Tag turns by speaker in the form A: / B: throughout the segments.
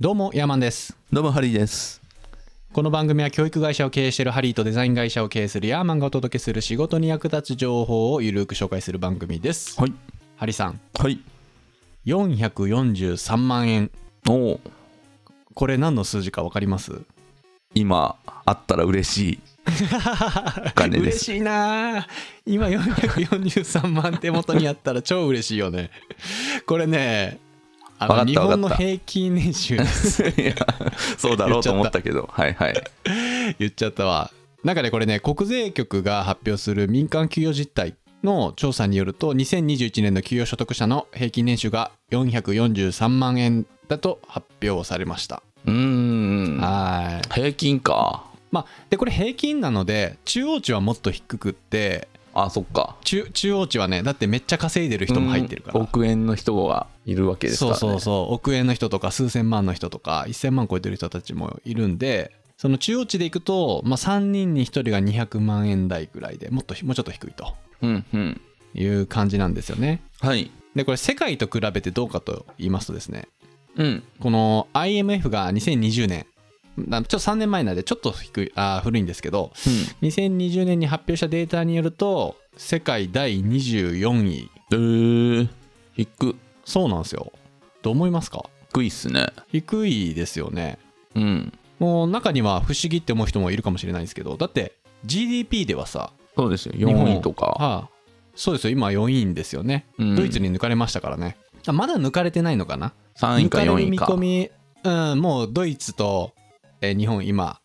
A: どうもヤーマンです
B: どうもハリーです。
A: この番組は教育会社を経営しているハリーとデザイン会社を経営するヤーマンがお届けする仕事に役立つ情報をゆるく紹介する番組です
B: はい
A: ハリさん
B: はい。
A: 443万円
B: おお。
A: これ何の数字か分かります
B: 今あったら 嬉しい。お金で
A: 嬉
B: す。
A: しいなあ今443万手元にあったら超嬉しいよねこれねあの
B: わかった
A: 日本の
B: わかった
A: 平均年収です
B: いやそうだろうと思ったけど。はいはい。
A: 言っちゃったわなんかねこれね国税局が発表する民間給与実態の調査によると2021年の給与所得者の平均年収が443万円だと発表されました、
B: うーん。
A: はい
B: 平均か。
A: まあでこれ平均なので中央値はもっと低くって
B: あ、そっか。
A: 中中央値はねだってめっちゃ稼いでる人も入ってるから、
B: うん億円の人がいるわけですからね。
A: そうそうそう億円の人とか数千万の人とか1000万超えてる人たちもいるんでその中央値でいくと、まあ、3人に1人が200万円台ぐらいでもっともうちょっと低いと
B: う。うんうん。
A: いう感じなんですよね
B: はい。
A: でこれ世界と比べてどうかと言いますとですね
B: うん。
A: この IMF が2020年なちょっと3年前なんでちょっと低いあー古いんですけど2020年に発表したデータによると世界第24位
B: うん。えー、低
A: そうなんですよどう思いますか
B: 低いっすね。
A: 低いですよね
B: うん。
A: もう中には不思議って思う人もいるかもしれないんですけどだって GDP ではさ
B: そうですよ。
A: 日本
B: 4位とか。
A: はあそうですよ今4位ですよね、
B: うん
A: ドイツに抜かれましたからねあまだ抜かれてないのかな
B: 3位か
A: 抜かれ
B: 4
A: る
B: 位
A: 見
B: か。
A: 込みうんもうドイツと、えー日本今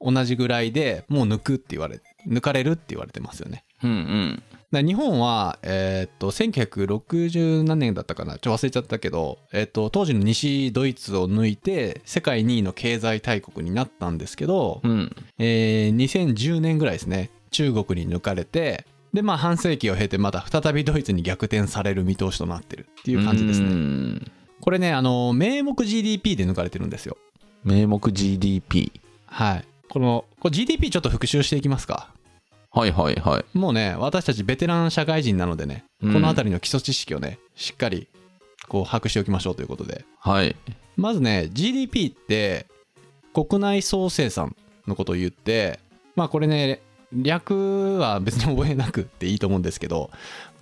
A: 同じぐらいでもう抜くって言われ抜かれるって言われてますよね
B: うんうん。
A: だから日本は、えーっと1960何年だったかなちょっと忘れちゃったけど、えーっと当時の西ドイツを抜いて世界2位の経済大国になったんですけど、
B: うん。
A: えー2010年ぐらいですね中国に抜かれてでまあ半世紀を経てまた再びドイツに逆転される見通しとなってるっていう感じですね
B: ね。
A: これねあの名目 GDP で抜かれてるんですよ
B: 名目 GDP。
A: はいこのこれ GDP ちょっと復習していきますか
B: はいはいはい。
A: もうね私たちベテラン社会人なのでねこ
B: うん
A: の辺りの基礎知識をねしっかりこう把握しておきましょうということで
B: はい。
A: まずね GDP って国内総生産のことを言ってまあこれね略は別に覚えなくっていいと思うんですけど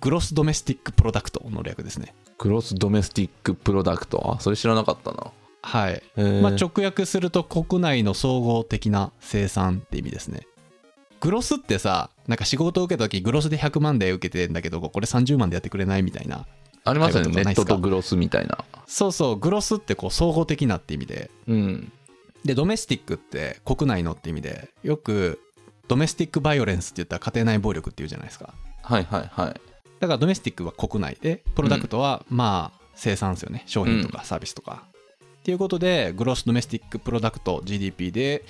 A: グロスドメスティックプロダクトの略ですね
B: クロスドメスティックプロダクト。あ、それ知らなかったな。
A: はい、
B: えー
A: まあ、直訳すると国内の総合的な生産って意味ですねグロスってさなんか仕事を受けた時グロスで100万で受けてんだけどこれ30万でやってくれないみたいな
B: ありますよ
A: 入る
B: ね。
A: こと
B: ネ
A: ないっ
B: ッ
A: すか
B: トとグロスみたいな。
A: そうそうグロスってこう総合的なって意味で
B: うん。
A: でドメスティックって国内のって意味でよくドメスティックバイオレンスって言ったら家庭内暴力っていうじゃないですか
B: はいはいはい。
A: だからドメスティックは国内でプロダクトはまあ生産ですよね、商品とかサービスとか、っていうことでグロスドメスティックプロダクト GDP で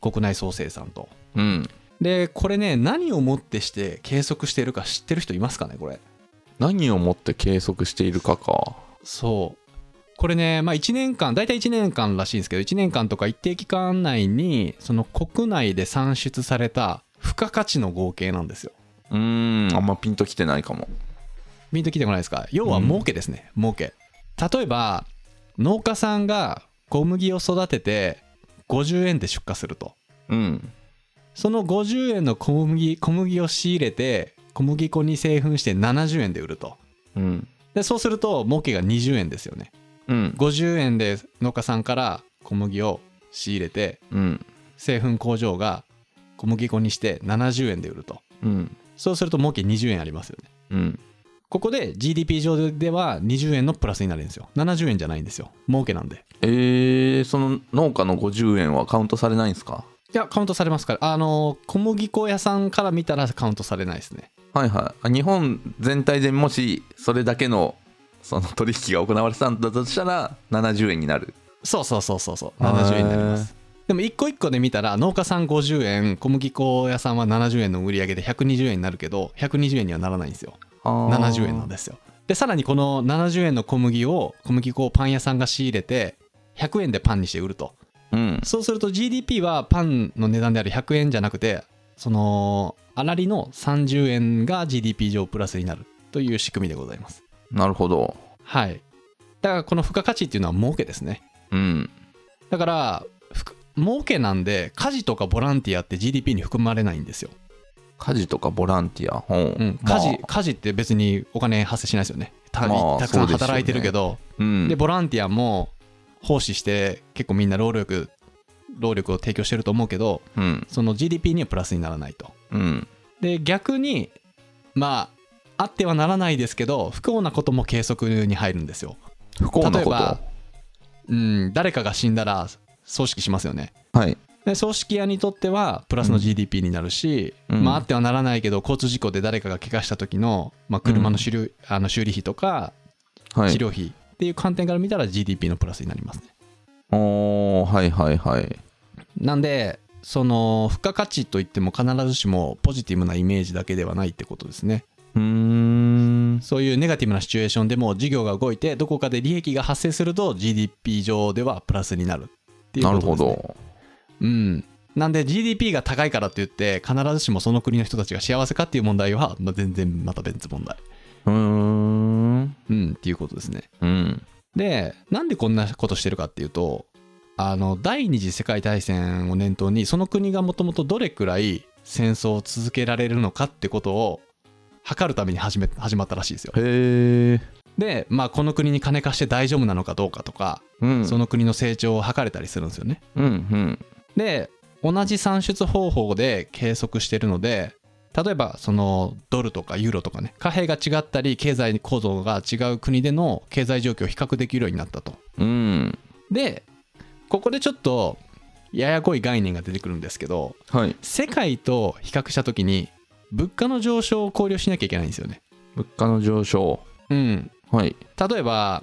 A: 国内総生産と
B: うん。
A: でこれね何をもってして計測しているか知ってる人いますかねこれ
B: 何をもって計測しているかか。
A: そうこれねまあ1年間大体1年間らしいんですけど1年間とか一定期間内にその国内で産出された付加価値の合計なんですよ
B: うーん。あんまピンときてないかも。
A: ピンときてこないですか要は儲けですね、儲け例えば農家さんが小麦を育てて50円で出荷すると
B: うん。
A: その50円の小麦小麦を仕入れて小麦粉に製粉して70円で売ると
B: うん。
A: でそうすると儲けが20円ですよね
B: うん。
A: 50円で農家さんから小麦を仕入れて
B: うん。
A: 製粉工場が小麦粉にして70円で売ると
B: うん。
A: そうすると儲け20円ありますよね
B: うん。
A: ここで GDP 上では20円のプラスになるんですよ70円じゃないんですよ儲けなんで
B: えー、その農家の50円はカウントされないんですか
A: いやカウントされますからあの小麦粉屋さんから見たらカウントされないですね
B: はいはい。あ日本全体でもしそれだけのその取引が行われてたんだとしたら70円になる。
A: そうそうそうそうそう
B: へー
A: 70円になりますでも一個一個で見たら農家さん50円小麦粉屋さんは70円の売り上げで120円になるけど120円にはならないんですよ70
B: 70
A: 円なんですよでさらにこの70円の小麦を小麦粉をパン屋さんが仕入れて100円でパンにして売ると
B: うん。
A: そうすると GDP はパンの値段である100円じゃなくてそのあらりの30円が GDP 上プラスになるという仕組みでございます
B: なるほど。
A: はいだからこの付加価値っていうのは儲けですね
B: うん。
A: だからふく儲けなんで家事とかボランティアって GDP に含まれないんですよ、
B: 家事とかボランティア、うん
A: うん
B: まあ
A: 家事家事って別にお金発生しないですよねた,、
B: まあ
A: たくさん
B: そうですよね
A: 働いてるけど
B: うん
A: でボランティアも奉仕して結構みんな労力労力を提供してると思うけど
B: うん
A: その GDP にはプラスにならないと
B: うん
A: で逆にまああってはならないですけど不幸なことも計測に入るんですよ
B: 不幸な
A: 例え
B: こ
A: ばうん誰かが死んだら葬式しますよね
B: とはい
A: で葬式屋にとってはプラスの GDP になるし、
B: うん
A: まああってはならないけど交通事故で誰かが怪我した時の、まあ、車の修理,、あの修理費とか
B: は
A: 治
B: い
A: 療費っていう観点から見たら GDP のプラスになりますね
B: おーはいはいはい
A: なんでその付加価値といっても必ずしもポジティブなイメージだけではないってことですね
B: うーん
A: そういうネガティブなシチュエーションでも事業が動いてどこかで利益が発生すると GDP 上ではプラスになるっていう
B: な
A: こ
B: る
A: とで
B: ほ
A: す、ね、
B: ど
A: うんなんで GDP が高いからといって必ずしもその国の人たちが幸せかっていう問題は、まあ、全然また別問題
B: うーん
A: うんっていうことですね
B: うん
A: でなんでこんなことしてるかっていうとあの第二次世界大戦を念頭にその国がもともとどれくらい戦争を続けられるのかってことを測るために始め始まったらしいですよ
B: へえ
A: で、まあ、この国に金貸して大丈夫なのかどうかとか、
B: うん
A: その国の成長を測れたりするんですよね
B: うんうん
A: で同じ算出方法で計測してるので例えばそのドルとかユーロとかね貨幣が違ったり経済構造が違う国での経済状況を比較できるようになったと
B: うん
A: でここでちょっとややこい概念が出てくるんですけど
B: はい
A: 世界と比較した時に物価の上昇を考慮しなきゃいけないんですよね
B: 物価の上昇
A: うん
B: はい、
A: 例えば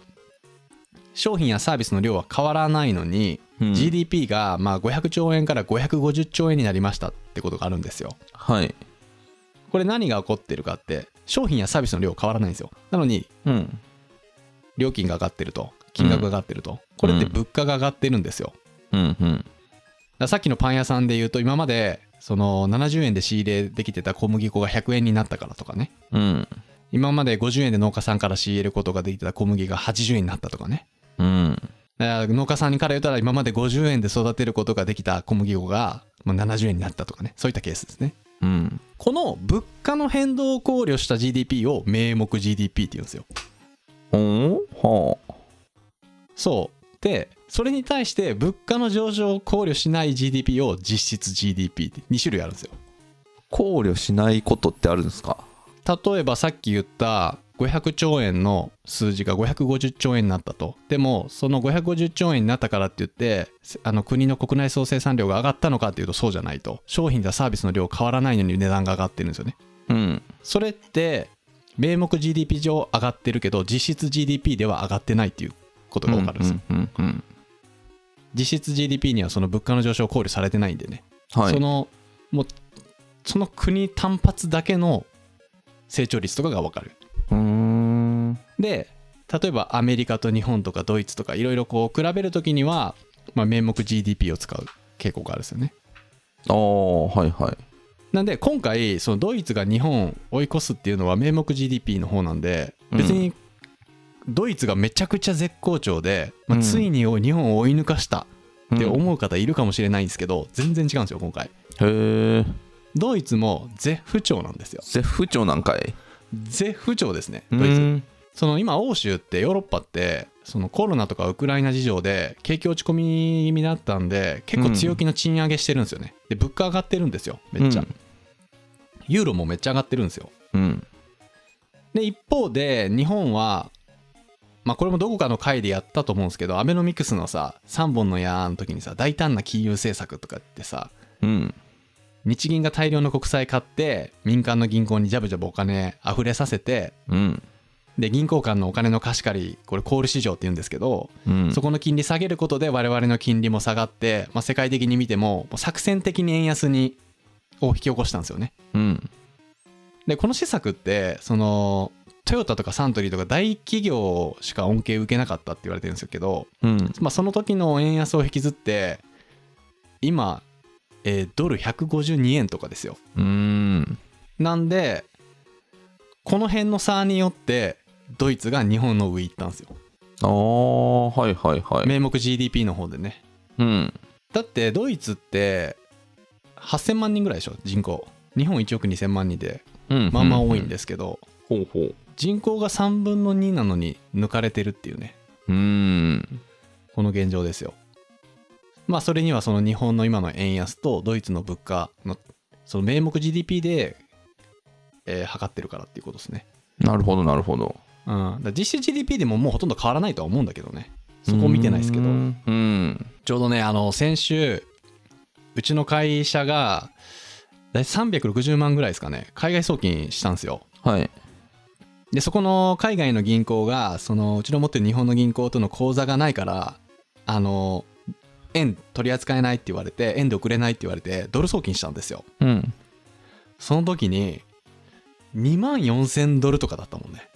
A: 商品やサービスの量は変わらないのに、
B: うん
A: GDP がまあ500兆円から550兆円になりましたってことがあるんですよ
B: はい
A: これ何が起こってるかって商品やサービスの量変わらないんですよなのに
B: うん
A: 料金が上がってると金額が上がってると、これって物価が上がってるんですよ
B: うんうん
A: だからさっきのパン屋さんで言うと今までその70円で仕入れできてた小麦粉が100円になったからとかね
B: うん
A: 今まで50円で農家さんから仕入れることができてた小麦が80円になったとかね
B: うん
A: だから農家さんにから言ったら今まで50円で育てることができた小麦粉がまあ70円になったとかねそういったケースですね
B: うん
A: この物価の変動を考慮した GDP を名目 GDP って言うんですよ
B: おおはあ
A: そうでそれに対して物価の上昇を考慮しない GDP を実質 GDP って2種類あるんですよ
B: 考慮しないことってあるんですか
A: 例えばさっき言った500兆円の数字が550兆円になったとでもその550兆円になったからって言ってせあの国の国内総生産量が上がったのかっていうとそうじゃないと商品やサービスの量変わらないのに値段が上がってるんですよね
B: うん
A: それって名目 GDP 上上がってるけど実質 GDP では上がってないっていうことが分かるんですよ、
B: うんうんうん
A: 実質 GDP にはその物価の上昇を考慮されてないんでね、
B: うんはい
A: そのもうその国単発だけの成長率とかが分かる
B: うーん
A: で例えばアメリカと日本とかドイツとかいろいろこう比べるときには、まあ、名目 GDP を使う傾向があるんですよね
B: ああはいはい
A: なんで今回そのドイツが日本を追い越すっていうのは名目 GDP の方なんで別にドイツがめちゃくちゃ絶好調で、まあ
B: うん
A: ついに日本を追い抜かしたって
B: うん
A: 思う方いるかもしれないんですけど全然違うんですよ今回
B: へえ
A: ドイツも絶不調なんですよ
B: 絶不調なんかい
A: 絶不調ですね
B: う
A: ドイツ
B: ん
A: その今欧州ってヨーロッパってそのコロナとかウクライナ事情で景気落ち込み気味だったんで結構強気の賃上げしてるんですよね、で物価上がってるんですよめっちゃ、
B: うん
A: ユーロもめっちゃ上がってるんですよ
B: うん
A: で一方で日本はまあこれもどこかの回でやったと思うんですけどアベノミクスのさ3本の矢の時にさ大胆な金融政策とかってさ
B: うん
A: 日銀が大量の国債買って民間の銀行にジャブジャブお金溢れさせて
B: うん
A: で銀行間のお金の貸し借りこれコール市場って言うんですけど、
B: うん
A: そこの金利下げることで我々の金利も下がって、まあ、世界的に見てももう作戦的に円安にを引き起こしたんですよね
B: うん
A: でこの施策ってそのトヨタとかサントリーとか大企業しか恩恵受けなかったって言われてるんですけど、
B: うん
A: まあ、その時の円安を引きずって今、えードル152円とかですよ
B: うん
A: なんでこの辺の差によってドイツが日本の上行ったんですよ
B: ああはいはいはい
A: 名目 GDP の方でね
B: うん
A: だってドイツって8000万人ぐらいでしょ人口日本1億2000万人で
B: うん
A: まあまあ多いんですすけど、
B: ほうほう
A: 人口が3分の2なのに抜かれてるっていうね
B: うん
A: この現状ですよまあそれにはその日本の今の円安とドイツの物価のその名目 GDP で、えー測ってるからっていうことですね
B: なるほどなるほど
A: うん、だから実質 GDP でももうほとんど変わらないとは思うんだけどねそこを見てないですけど
B: うんうん
A: ちょうどねあの先週うちの会社が大体360万ぐらいですかね海外送金したんですよ
B: はい
A: でそこの海外の銀行がそのうちの持ってる日本の銀行との口座がないからあの円取り扱えないって言われて円で送れないって言われてドル送金したんですよ
B: うん
A: その時に2万4000ドルとかだったもんね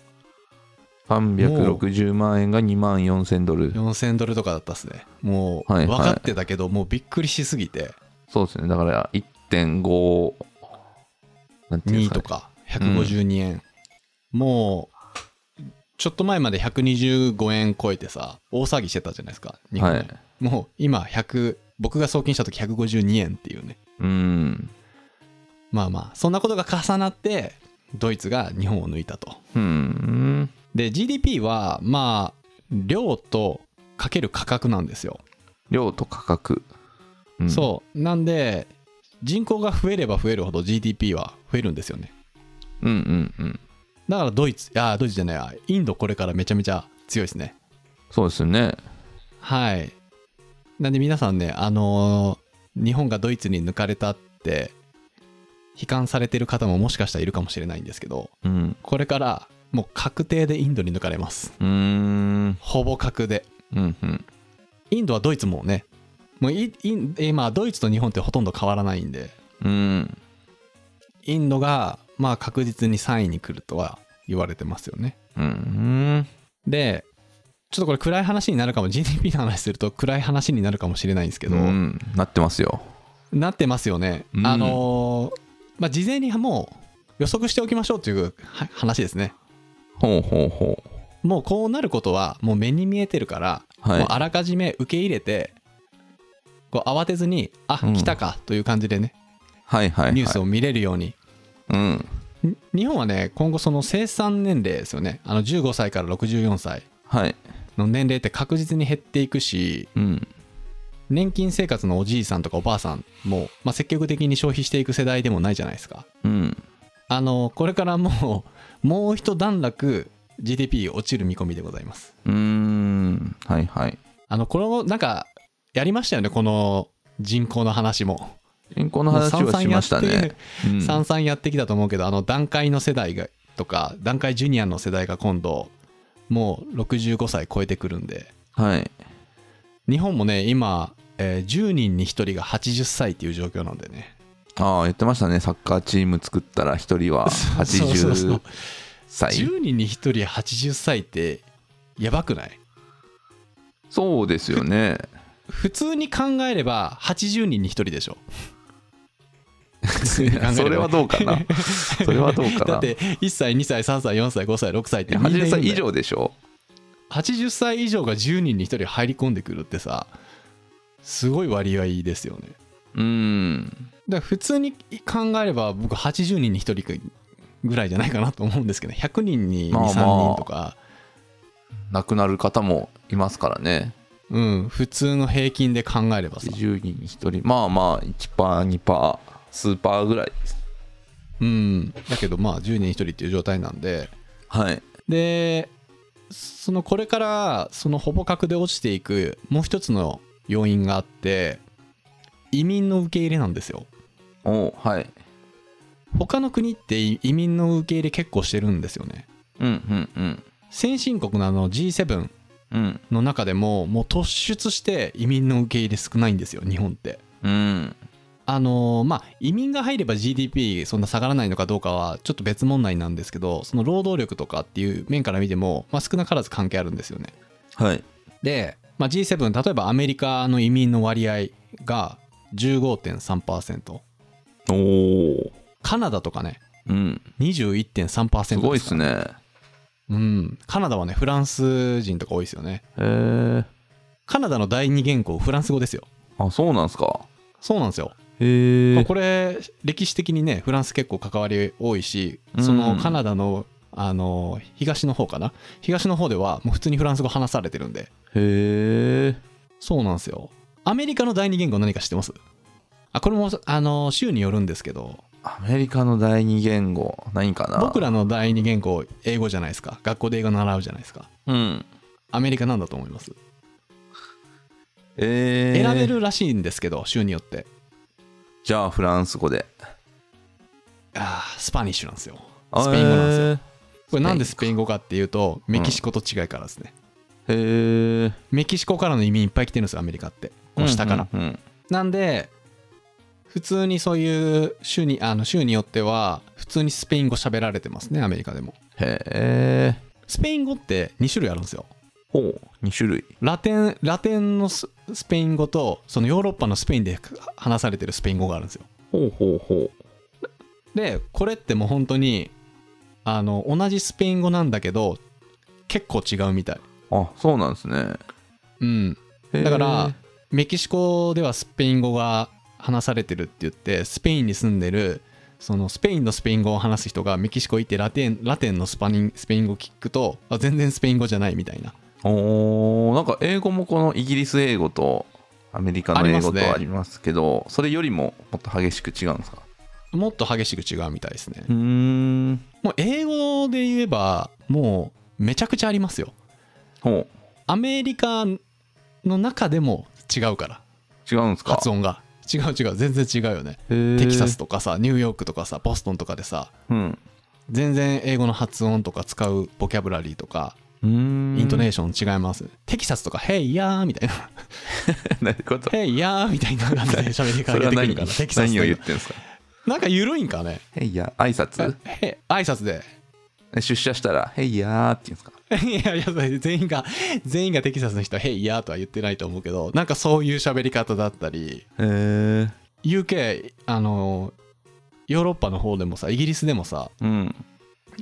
B: 360万円が2万4000ドル
A: 4000ドルとかだったっすねもう
B: はい
A: 分
B: はい
A: かってたけど、もうびっくりしすぎて
B: そうですねだから1.5なんていうん
A: 2
B: ですか
A: と
B: ね
A: か152円、もうちょっと前まで125円超えてさ大騒ぎしてたじゃないですか日本円、
B: はい
A: もう今100僕が送金した時152円っていうね
B: うん
A: まあまあそんなことが重なってドイツが日本を抜いたと
B: うん
A: で GDP はまあ量とかける価格なんですよ、
B: 量と価格、
A: そうなんで人口が増えれば増えるほど GDP は増えるんですよね
B: うんうんうんうん
A: だからドイツいやドイツじゃないあインドこれからめちゃめちゃ強いですね
B: そうですよね
A: はい。なんで皆さんね、あのー日本がドイツに抜かれたって、悲観されてる方ももしかしたらいるかもしれないんですけど、
B: うん
A: これからもう確定でインドに抜かれます。
B: うーん
A: ほぼ確で。
B: うんうん
A: インドはドイツもね、もうイインえーまあドイツと日本ってほとんど変わらないんで、
B: うん
A: インドがまあ確実に3位に来るとは言われてますよね。
B: うん
A: で、ちょっとこれ暗い話になるかも、GDP の話すると暗い話になるかもしれないんですけ
B: け
A: ど、
B: なってますよ
A: なってますよね、
B: うん
A: あのーまあ事前にもう予測しておきましょうというは話ですね
B: ほうほうほ
A: もうこうなることはもう目に見えてるから、
B: はい
A: もうあらかじめ受け入れてこう慌てずにあ、
B: うん
A: 来たかという感じでね
B: うはいはい、はい、
A: ニュースを見れるように、
B: うん
A: に日本はね今後その生産年齢ですよねあの15歳から64歳
B: はい
A: の年齢って確実に減っていくし
B: うん
A: 年金生活のおじいさんとかおばあさんも、まあ、積極的に消費していく世代でもないじゃないですか
B: うん
A: あのこれからもう もう一段落 GDP 落ちる見込みでございます
B: うーんはいはい
A: あのこれもなんかやりましたよねこの人口の話も
B: 人口の話はしました
A: もう散々や
B: ね
A: って
B: うん
A: 散々やってきたと思うけど、あの段階の世代がとか段階ジュニアの世代が今度もう65歳超えてくるんで
B: はい
A: 日本もね今、えー10人に1人が80歳っていう状況なんでね
B: ああ言ってましたねサッカーチーム作ったら一人は
A: そうそうそう
B: 80歳
A: 10人に1人80歳ってやばくない
B: そうですよね
A: 普通に考えれば80人に1人でしょ普通に考えればね
B: それはどうかなそれはどうかな
A: だって1歳2歳3歳4歳5歳6歳ってみんないる
B: 80
A: んだよ
B: 歳以上でしょ
A: 80歳以上が10人に1人入り込んでくるってさすごい割合ですよね
B: うん
A: だから普通に考えれば僕80人に1人ぐらいじゃないかなと思うんですけど100人に23、
B: まあまあ
A: 人とか
B: 亡くなる方もいますからね
A: うん普通の平均で考えればさ
B: 10人に1人まあまあ1パー2パー数パーぐらい
A: うんだけどまあ10人に1人っていう状態なんで
B: はい
A: でそのこれからそのほぼ格で落ちていくもう一つの要因があって移民の受け入れなんですよ
B: おうはい
A: 他の国って移移民の受け入れ結構してるんですよね
B: うんうん
A: 先進国のあの G7
B: うん
A: の中でももう突出して移民の受け入れ少ないんですよ日本って
B: うんうん
A: あのーまあ移民が入れば GDP そんな下がらないのかどうかはちょっと別問題なんですけどその労働力とかっていう面から見ても、まあ、少なからず関係あるんですよね
B: はい
A: で、まあ、G7 例えばアメリカの移民の割合が15.3%
B: おお
A: カナダとかね
B: うん
A: 21.3%
B: すごいっす
A: ね、
B: ね
A: うん、カナダはねフランス人とか多いですよね
B: へえ
A: カナダの第二言語フランス語ですよ
B: あそうなんですか
A: そうなんですよ、
B: へ
A: ま
B: え
A: あこれ歴史的にねフランス結構関わり多いし
B: うん
A: そのカナダのあの東の方かな東の方ではもう普通にフランス語話されてるんで
B: へえ
A: そうなんですよアメリカの第二言語何か知ってますあこれもあの州によるんですけど
B: アメリカの第二言語何かな
A: 僕らの第二言語英語じゃないですか学校で英語習うじゃないですか
B: うん
A: アメリカなんだと思います
B: えー、
A: 選べるらしいんですけど州によって
B: じゃあフランス語で
A: あースパニッシュなんですよスペイン語なんですよ、
B: へ
A: これなんでスペイン語かっていうとメキシコと違いからですね、
B: え
A: メキシコからの移民いっぱい来てるんですよアメリカってこの下から、
B: うんうん
A: なんで普通にそういう州にあの州によっては普通にスペイン語喋られてますねアメリカでも
B: へえ
A: スペイン語って2種類あるんですよ
B: ほう2種類
A: ラテンラテンのススペイン語とそのヨーロッパのスペインで話されてるスペイン語があるんですよ
B: ほうほうほ
A: でこれってもう本当にあの同じスペイン語なんだけど結構違うみたいう
B: あそうなんですね
A: うん
B: へー
A: だからメキシコではスペイン語が話されてるって言ってスペインに住んでるそのスペインのスペイン語を話す人がメキシコ行ってラテンラテンのスパニンスペイン語聞くとあ全然スペイン語じゃないみたいな
B: おーなんか英語もこのイギリス英語とアメリカの
A: あり
B: 英語
A: ますね
B: とありますけどそれよりももっと激しく違うんですか
A: もっと激しく違うみたいですね
B: うーん
A: もう英語で言えばもうめちゃくちゃありますよ
B: ほう
A: アメリカの中でも違うから
B: 違うんですか
A: 発音が違う違う全然違うよね
B: テ
A: テキサスとかさニューヨークとかさボストンとかでさ
B: うん
A: 全然英語の発音とか使うボキャブラリーとか
B: うーん
A: イントネー
B: ーシ
A: ション違います、テキサスとか「ヘイヤー」みたいな
B: ョンなる
A: 「
B: ほど
A: ヘイヤー」みたいな感じで喋り
B: そ
A: か
B: れ
A: けて
B: は
A: く
B: 何
A: るからテキサス
B: 何を言っ
A: とか
B: てんですか
A: なんか緩いんかね
B: へいや挨拶
A: へ挨拶で
B: 出社したら「へいやー」って言うんですか
A: いやいや全員が全員がテキサスの人は「ヘイヤー」とは言ってないと思うけどなんかそういう喋り方だったり
B: へえ
A: UK あのヨーロッパの方でもさイギリスでもさ
B: うん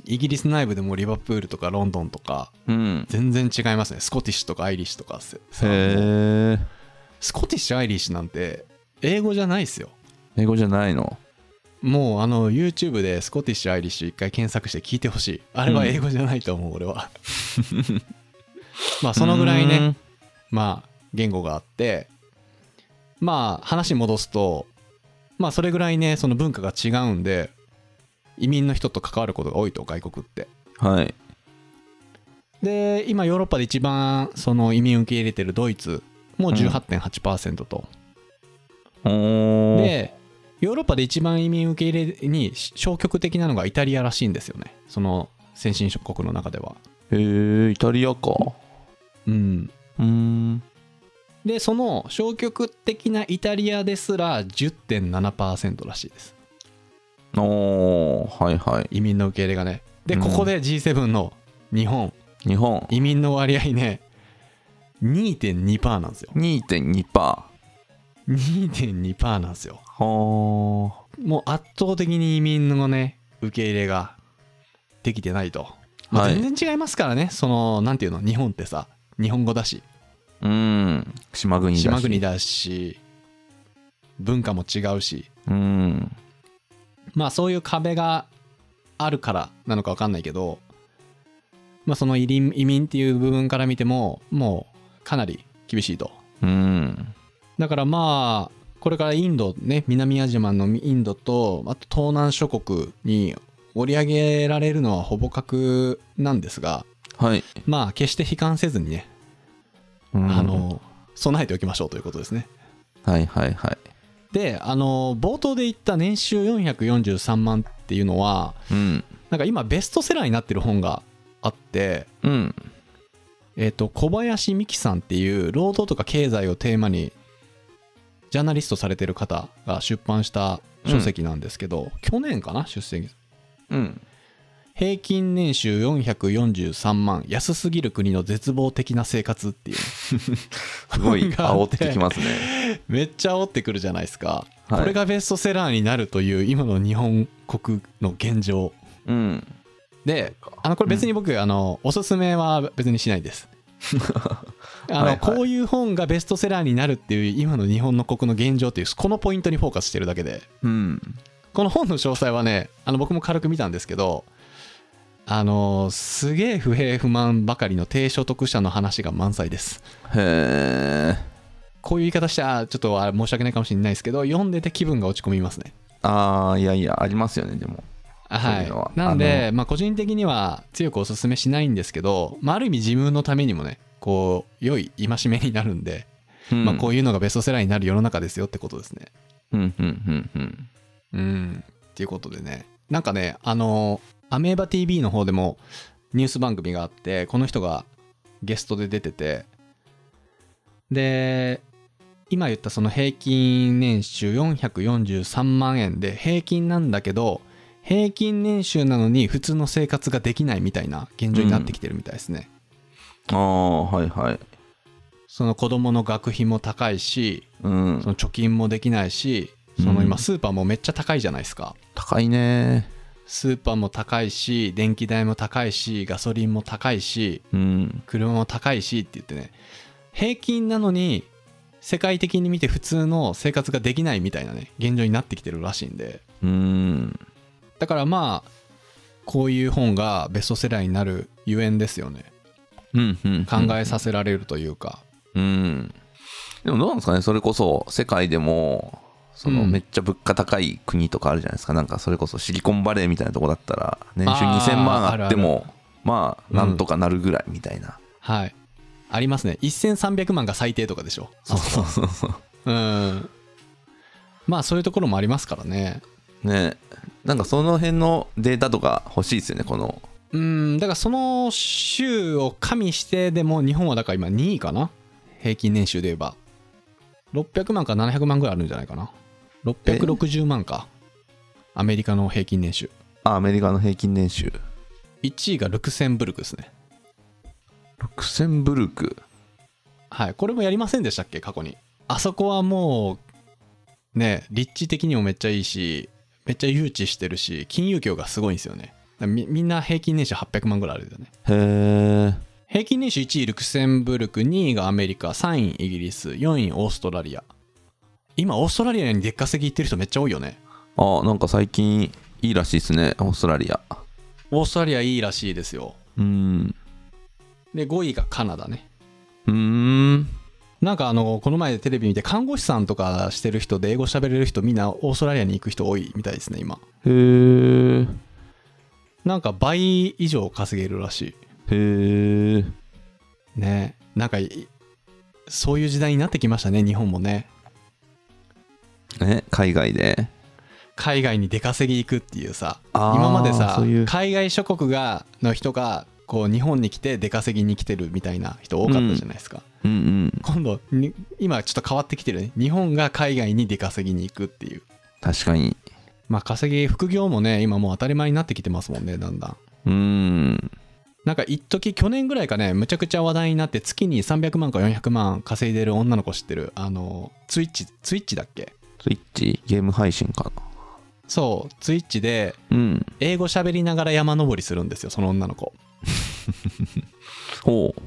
A: イギリス内部でもリバプールとかロンドンとか
B: うん
A: 全然違いますねスコティッシュとかアイリッシュとかせさ
B: へえ
A: スコティッシュアイリッシュなんて英語じゃないですよ
B: 英語じゃないの
A: もうあの YouTube でスコティッシュアイリッシュ一回検索して聞いてほしいあれは英語じゃないと思う、俺はまあそのぐらいねまあ言語があってまあ話戻すとまあそれぐらいねその文化が違うんで移民の人と関わることが多いと外国って
B: うーんはい
A: で今ヨーロッパで一番その移民受け入れてるドイツも
B: うん
A: 18.8%と、
B: おー
A: でヨーロッパで一番移民受け入れに消極的なのがイタリアらしいんですよねその先進諸国の中では
B: へえイタリアか
A: うん
B: うーん
A: でその消極的なイタリアですら10.7%らしいです
B: おーはいはい
A: 移民の受け入れがねで
B: うん
A: ここで G7 の日本
B: 日本
A: 移民の割合ね2.2%なんですよ
B: 2.2%パ
A: 2.2%なんですよ
B: ーは
A: もう圧倒的に移民のね受け入れができてないと、まあ
B: はい
A: 全然違いますからねそのなんていうの日本ってさ日本語だし
B: あうん島国だし
A: 島国だし文化も違うし
B: うん
A: まあそういう壁があるからなのか分かんないけどまあその移民移民っていう部分から見てももうかなり厳しいと
B: うん
A: だからまあこれからインドね南アジアのインドとあと東南諸国に盛り上げられるのはほぼ確なんですが
B: はい
A: まあ決して悲観せずにね、
B: うん
A: あの備えておきましょうということですね
B: はいはいはい
A: であの冒頭で言った年収443万っていうのは
B: うん
A: なんか今ベストセラーになってる本があって
B: うん
A: えっと小林美樹さんっていう労働とか経済をテーマにジャーナリストされてる方が出版した書籍なんですけど、去年かな出席
B: うん
A: 平均年収443万安すぎる国の絶望的な生活っていう
B: すごい
A: 本があ
B: 煽
A: っ
B: っててきますね
A: めっちゃ煽ってくるじゃないですか、
B: はい
A: これがベストセラーになるという今の日本国の現状
B: うん
A: であのこれ別に僕、あのおすすめは別にしないですあの
B: はいはい
A: こういう本がベストセラーになるっていう今の日本の国の現状っていうこのポイントにフォーカスしてるだけで
B: うん
A: この本の詳細はねあの僕も軽く見たんですけどあのすげえ不平不満ばかりの低所得者の話が満載です
B: へえ
A: こういう言い方したらちょっとあ申し訳ないかもしれないですけど読んでて気分が落ち込みますね
B: ああいやいやありますよねでも
A: は、
B: そういうのはい
A: なんで、まあ、個人的には強くお勧めしないんですけど、まあ、ある意味自分のためにもねこう良い戒めになるんで、
B: うん
A: まあ、こういうのがベストセラーになる世の中ですよってことですね。
B: うんうんうんうん
A: うんっていうことでねなんかねあのアメーバ TV の方でもニュース番組があってこの人がゲストで出ててで今言ったその平均年収443万円で平均なんだけど平均年収なのに普通の生活ができないみたいな現状になってきてるみたいですね、
B: ああはいはい
A: その子供の学費も高いし
B: うん
A: その貯金もできないしその今スーパーもめっちゃ高いじゃないですか、
B: 高いね
A: スーパーも高いし電気代も高いしガソリンも高いし
B: うん
A: 車も高いしって言ってね平均なのに世界的に見て普通の生活ができないみたいなね現状になってきてるらしいんで
B: うん
A: だからまあこういう本がベストセラーになるゆえんですよね
B: うんうん
A: 考えさせられるというか、
B: うんでもどうなんですかねそれこそ世界でもその
A: うん
B: めっちゃ物価高い国とかあるじゃないですか、なんかそれこそシリコンバレーみたいなとこだったら年収
A: あー
B: 2000
A: あ
B: 万
A: る
B: あ
A: あ
B: っ
A: る
B: てもまあなんとかなるぐらいみたいな、
A: はいありますね1300万が最低とかでしょ
B: そうそうそうそう
A: うんまあそういうところもありますからね
B: ねなんかその辺のデータとか欲しいですよねこの
A: うんだからその週を加味してでも日本はだから今2位かな平均年収で言えば600万から700万ぐらいあるんじゃないかな660万かアメリカの平均年収
B: あアメリカの平均年収
A: 1位がルクセンブルクですね
B: ルクセンブルク
A: はいこれもやりませんでしたっけ過去にあそこはもうね立地的にもめっちゃいいしめっちゃ誘致してるし金融業がすごいんですよねだからみみんな平均年収800万ぐらいあるんだよね
B: へえ
A: 平均年収1位ルクセンブルク2位がアメリカ3位イギリス4位オーストラリア今オーストラリアに出稼ぎ行ってる人めっちゃ多いよね
B: あなんか最近いいらしいですねオーストラリア
A: オーストラリアいいらしいですよ
B: うん
A: で5位がカナダね
B: うーん
A: なんかあのこの前テレビ見て看護師さんとかしてる人で英語喋れる人みんなオーストラリアに行く人多いみたいですね今
B: へえ
A: なんか倍以上稼げるらし
B: へえ
A: いねなんかいそういう時代になってきましたね日本もね
B: え海外で
A: 海外に出稼ぎ行くっていうさ
B: あー
A: 今までさ
B: そういう
A: 海外諸国がの人がこう日本に来て出稼ぎに来てるみたいな人多かったじゃないですか、
B: うんうん
A: 今度に今ちょっと変わってきてるね日本が海外に出稼ぎに行くっていう
B: 確かに
A: まあ稼ぎ副業もね今もう当たり前になってきてますもんねだんだん
B: うーん
A: なんか一時去年ぐらいかねむちゃくちゃ話題になって月に300万か400万稼いでる女の子知ってるあのツイッチツイッチだっけ
B: スイッチゲーム配信か
A: そうツイッチで
B: なうん
A: 英語喋りながら山登りするんですよその女の子
B: ほう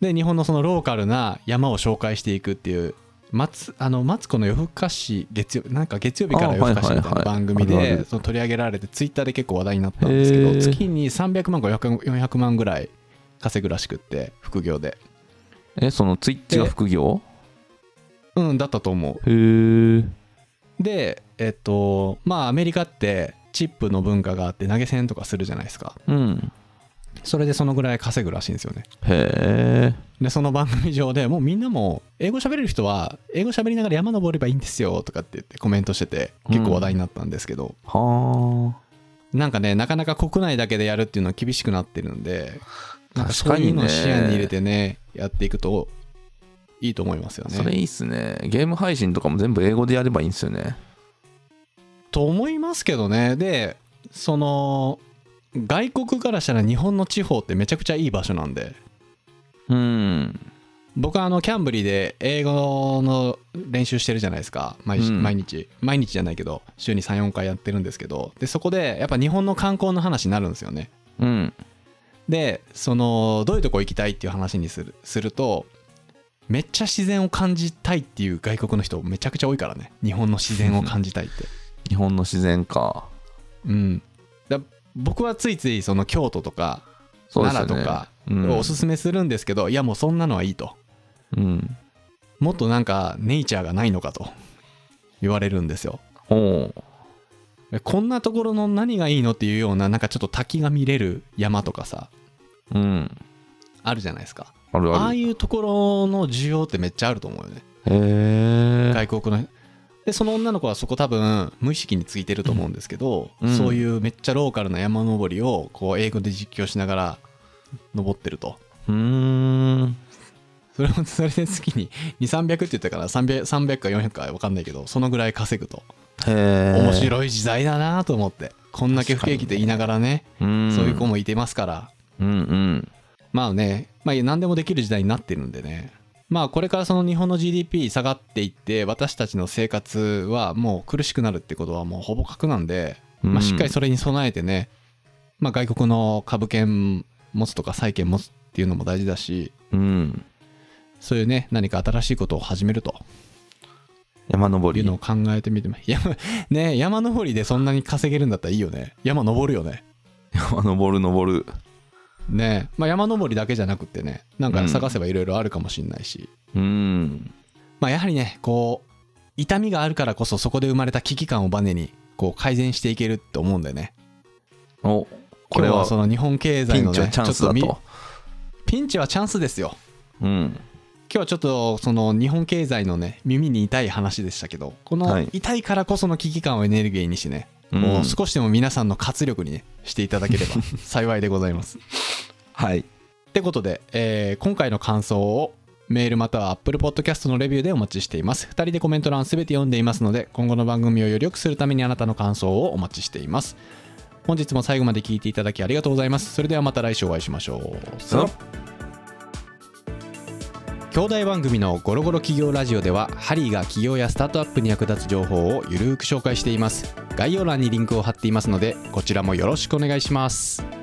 A: で日本のそのローカルな山を紹介していくっていう松あのマツコの夜更かし月曜なんか月曜日から
B: あ
A: 夜更かしみた
B: はい
A: ない
B: いははい
A: 番組で、
B: あるある
A: その取り上げられてツイッターで結構話題になったんですけ
B: へ
A: ど
B: ー
A: 月に300万から400万ぐらい稼ぐらしくって副業で
B: えそのツイッチが副業
A: うんだったと思
B: へえ
A: うでえっとまあアメリカってチップの文化があって投げ銭とかするじゃないですか
B: うん
A: それでそのぐらい稼ぐらしいんですよね
B: へえ
A: でその番組上でもうみんなも英語喋れる人は英語喋りながら山登ればいいんですよとかって言ってコメントしてて結構話題になったんですけど、
B: はあ
A: なんかねなかなか国内だけでやるっていうのは厳しくなってるんでなんかそ
B: 確
A: う
B: かに
A: い
B: ね
A: うのを視野に入れてねやっていくといいと思いますよ
B: それ
A: ね。
B: いいっすねゲーム配信とかも全部英語でやればいいんですよね
A: と思いますけどねでその外国からしたら日本の地方ってめちゃくちゃいい場所なんで
B: うん
A: 僕はあのキャンブリーで英語の練習してるじゃないですか毎,、
B: うん
A: 毎日毎日じゃないけど週に34回やってるんですけどでそこでやっぱ日本の観光の話になるんですよね
B: うん
A: でそのどういうとこ行きたいっていう話にするするとめっちゃ自然を感じたいっていう外国の人めちゃくちゃ多いからね日本の自然を感じたいって
B: 日本の自然か
A: うんだ僕はついついその京都とか
B: そうですよ
A: 奈
B: ね
A: 良とか
B: うん
A: をおすすめするんですけど、いやもうそんなのはいいと
B: うん
A: もっとなんかネイチャーがないのかと言われるんですよ
B: ほう
A: こんなところの何がいいのっていうようななんかちょっと滝が見れる山とかさ
B: うん
A: あるじゃないですか
B: ある
A: あ
B: あ
A: あ
B: る
A: いうところの需要ってめっちゃあると思うよね
B: へえ
A: 外国のでその女の子はそこ多分無意識についてると思うんですけど、
B: うん
A: そういうめっちゃローカルな山登りをこう英語で実況しながら登ってると
B: うーん
A: それもそれで月に2300って言ったから 300, 300か400か分かんないけどそのぐらい稼ぐと
B: へえ
A: 面白い時代だなと思ってこんだけ不景気で言いながらね
B: うん
A: そういう子もいてますから
B: うんうん
A: まあねまあ何でもできる時代になってるんでねまあこれからその日本の GDP 下がっていって私たちの生活はもう苦しくなるってことはもうほぼ確なんで、
B: う
A: まあ、
B: ん
A: しっかりそれに備えてね、まあ、外国の株券持つとか債券持つっていうのも大事だし
B: うん
A: そういうね何か新しいことを始めると
B: 山登
A: い
B: り
A: うのを考えてみても山 ね山登りでそんなに稼げるんだったらいいよね山登るよね
B: 山登る登る
A: ねまあ、山登りだけじゃなくってねなん
B: う
A: か
B: ん
A: 探せばいろいろあるかもしれないし、
B: うん
A: まあ、やはりねこう痛みがあるからこそそこで生まれた危機感をバネにこう改善していけると思うんでね
B: おこ
A: 今
B: れ
A: 日は
B: は
A: その日本経
B: ピ
A: 済
B: ン
A: の、ね、
B: チはチャンスだ
A: ちょっ
B: と
A: みピンチはチャンスですよ
B: うん
A: 今日はちょっとその日本経済のね耳に痛い話でしたけどこ
B: は
A: の
B: い
A: 痛いからこその危機感をエネルギーにしてね、
B: うん
A: こう少しでも皆さんの活力にねしていただけれ ば幸いでございます
B: はい
A: ってことで、えー今回の感想をメールまたは Apple Podcast のレビューでお待ちしています。2人でコメント欄すべて読んでいますので、今後の番組をより良くするためにあなたの感想をお待ちしています。本日も最後まで聞いていただきありがとうございます。それではまた来週お会いしましょう。
B: さよ
A: 兄弟番組のゴロゴロ企業ラジオではハリーが企業やスタートアップに役立つ情報をゆるーく紹介しています概要欄にリンクを貼っていますのでこちらもよろしくお願いします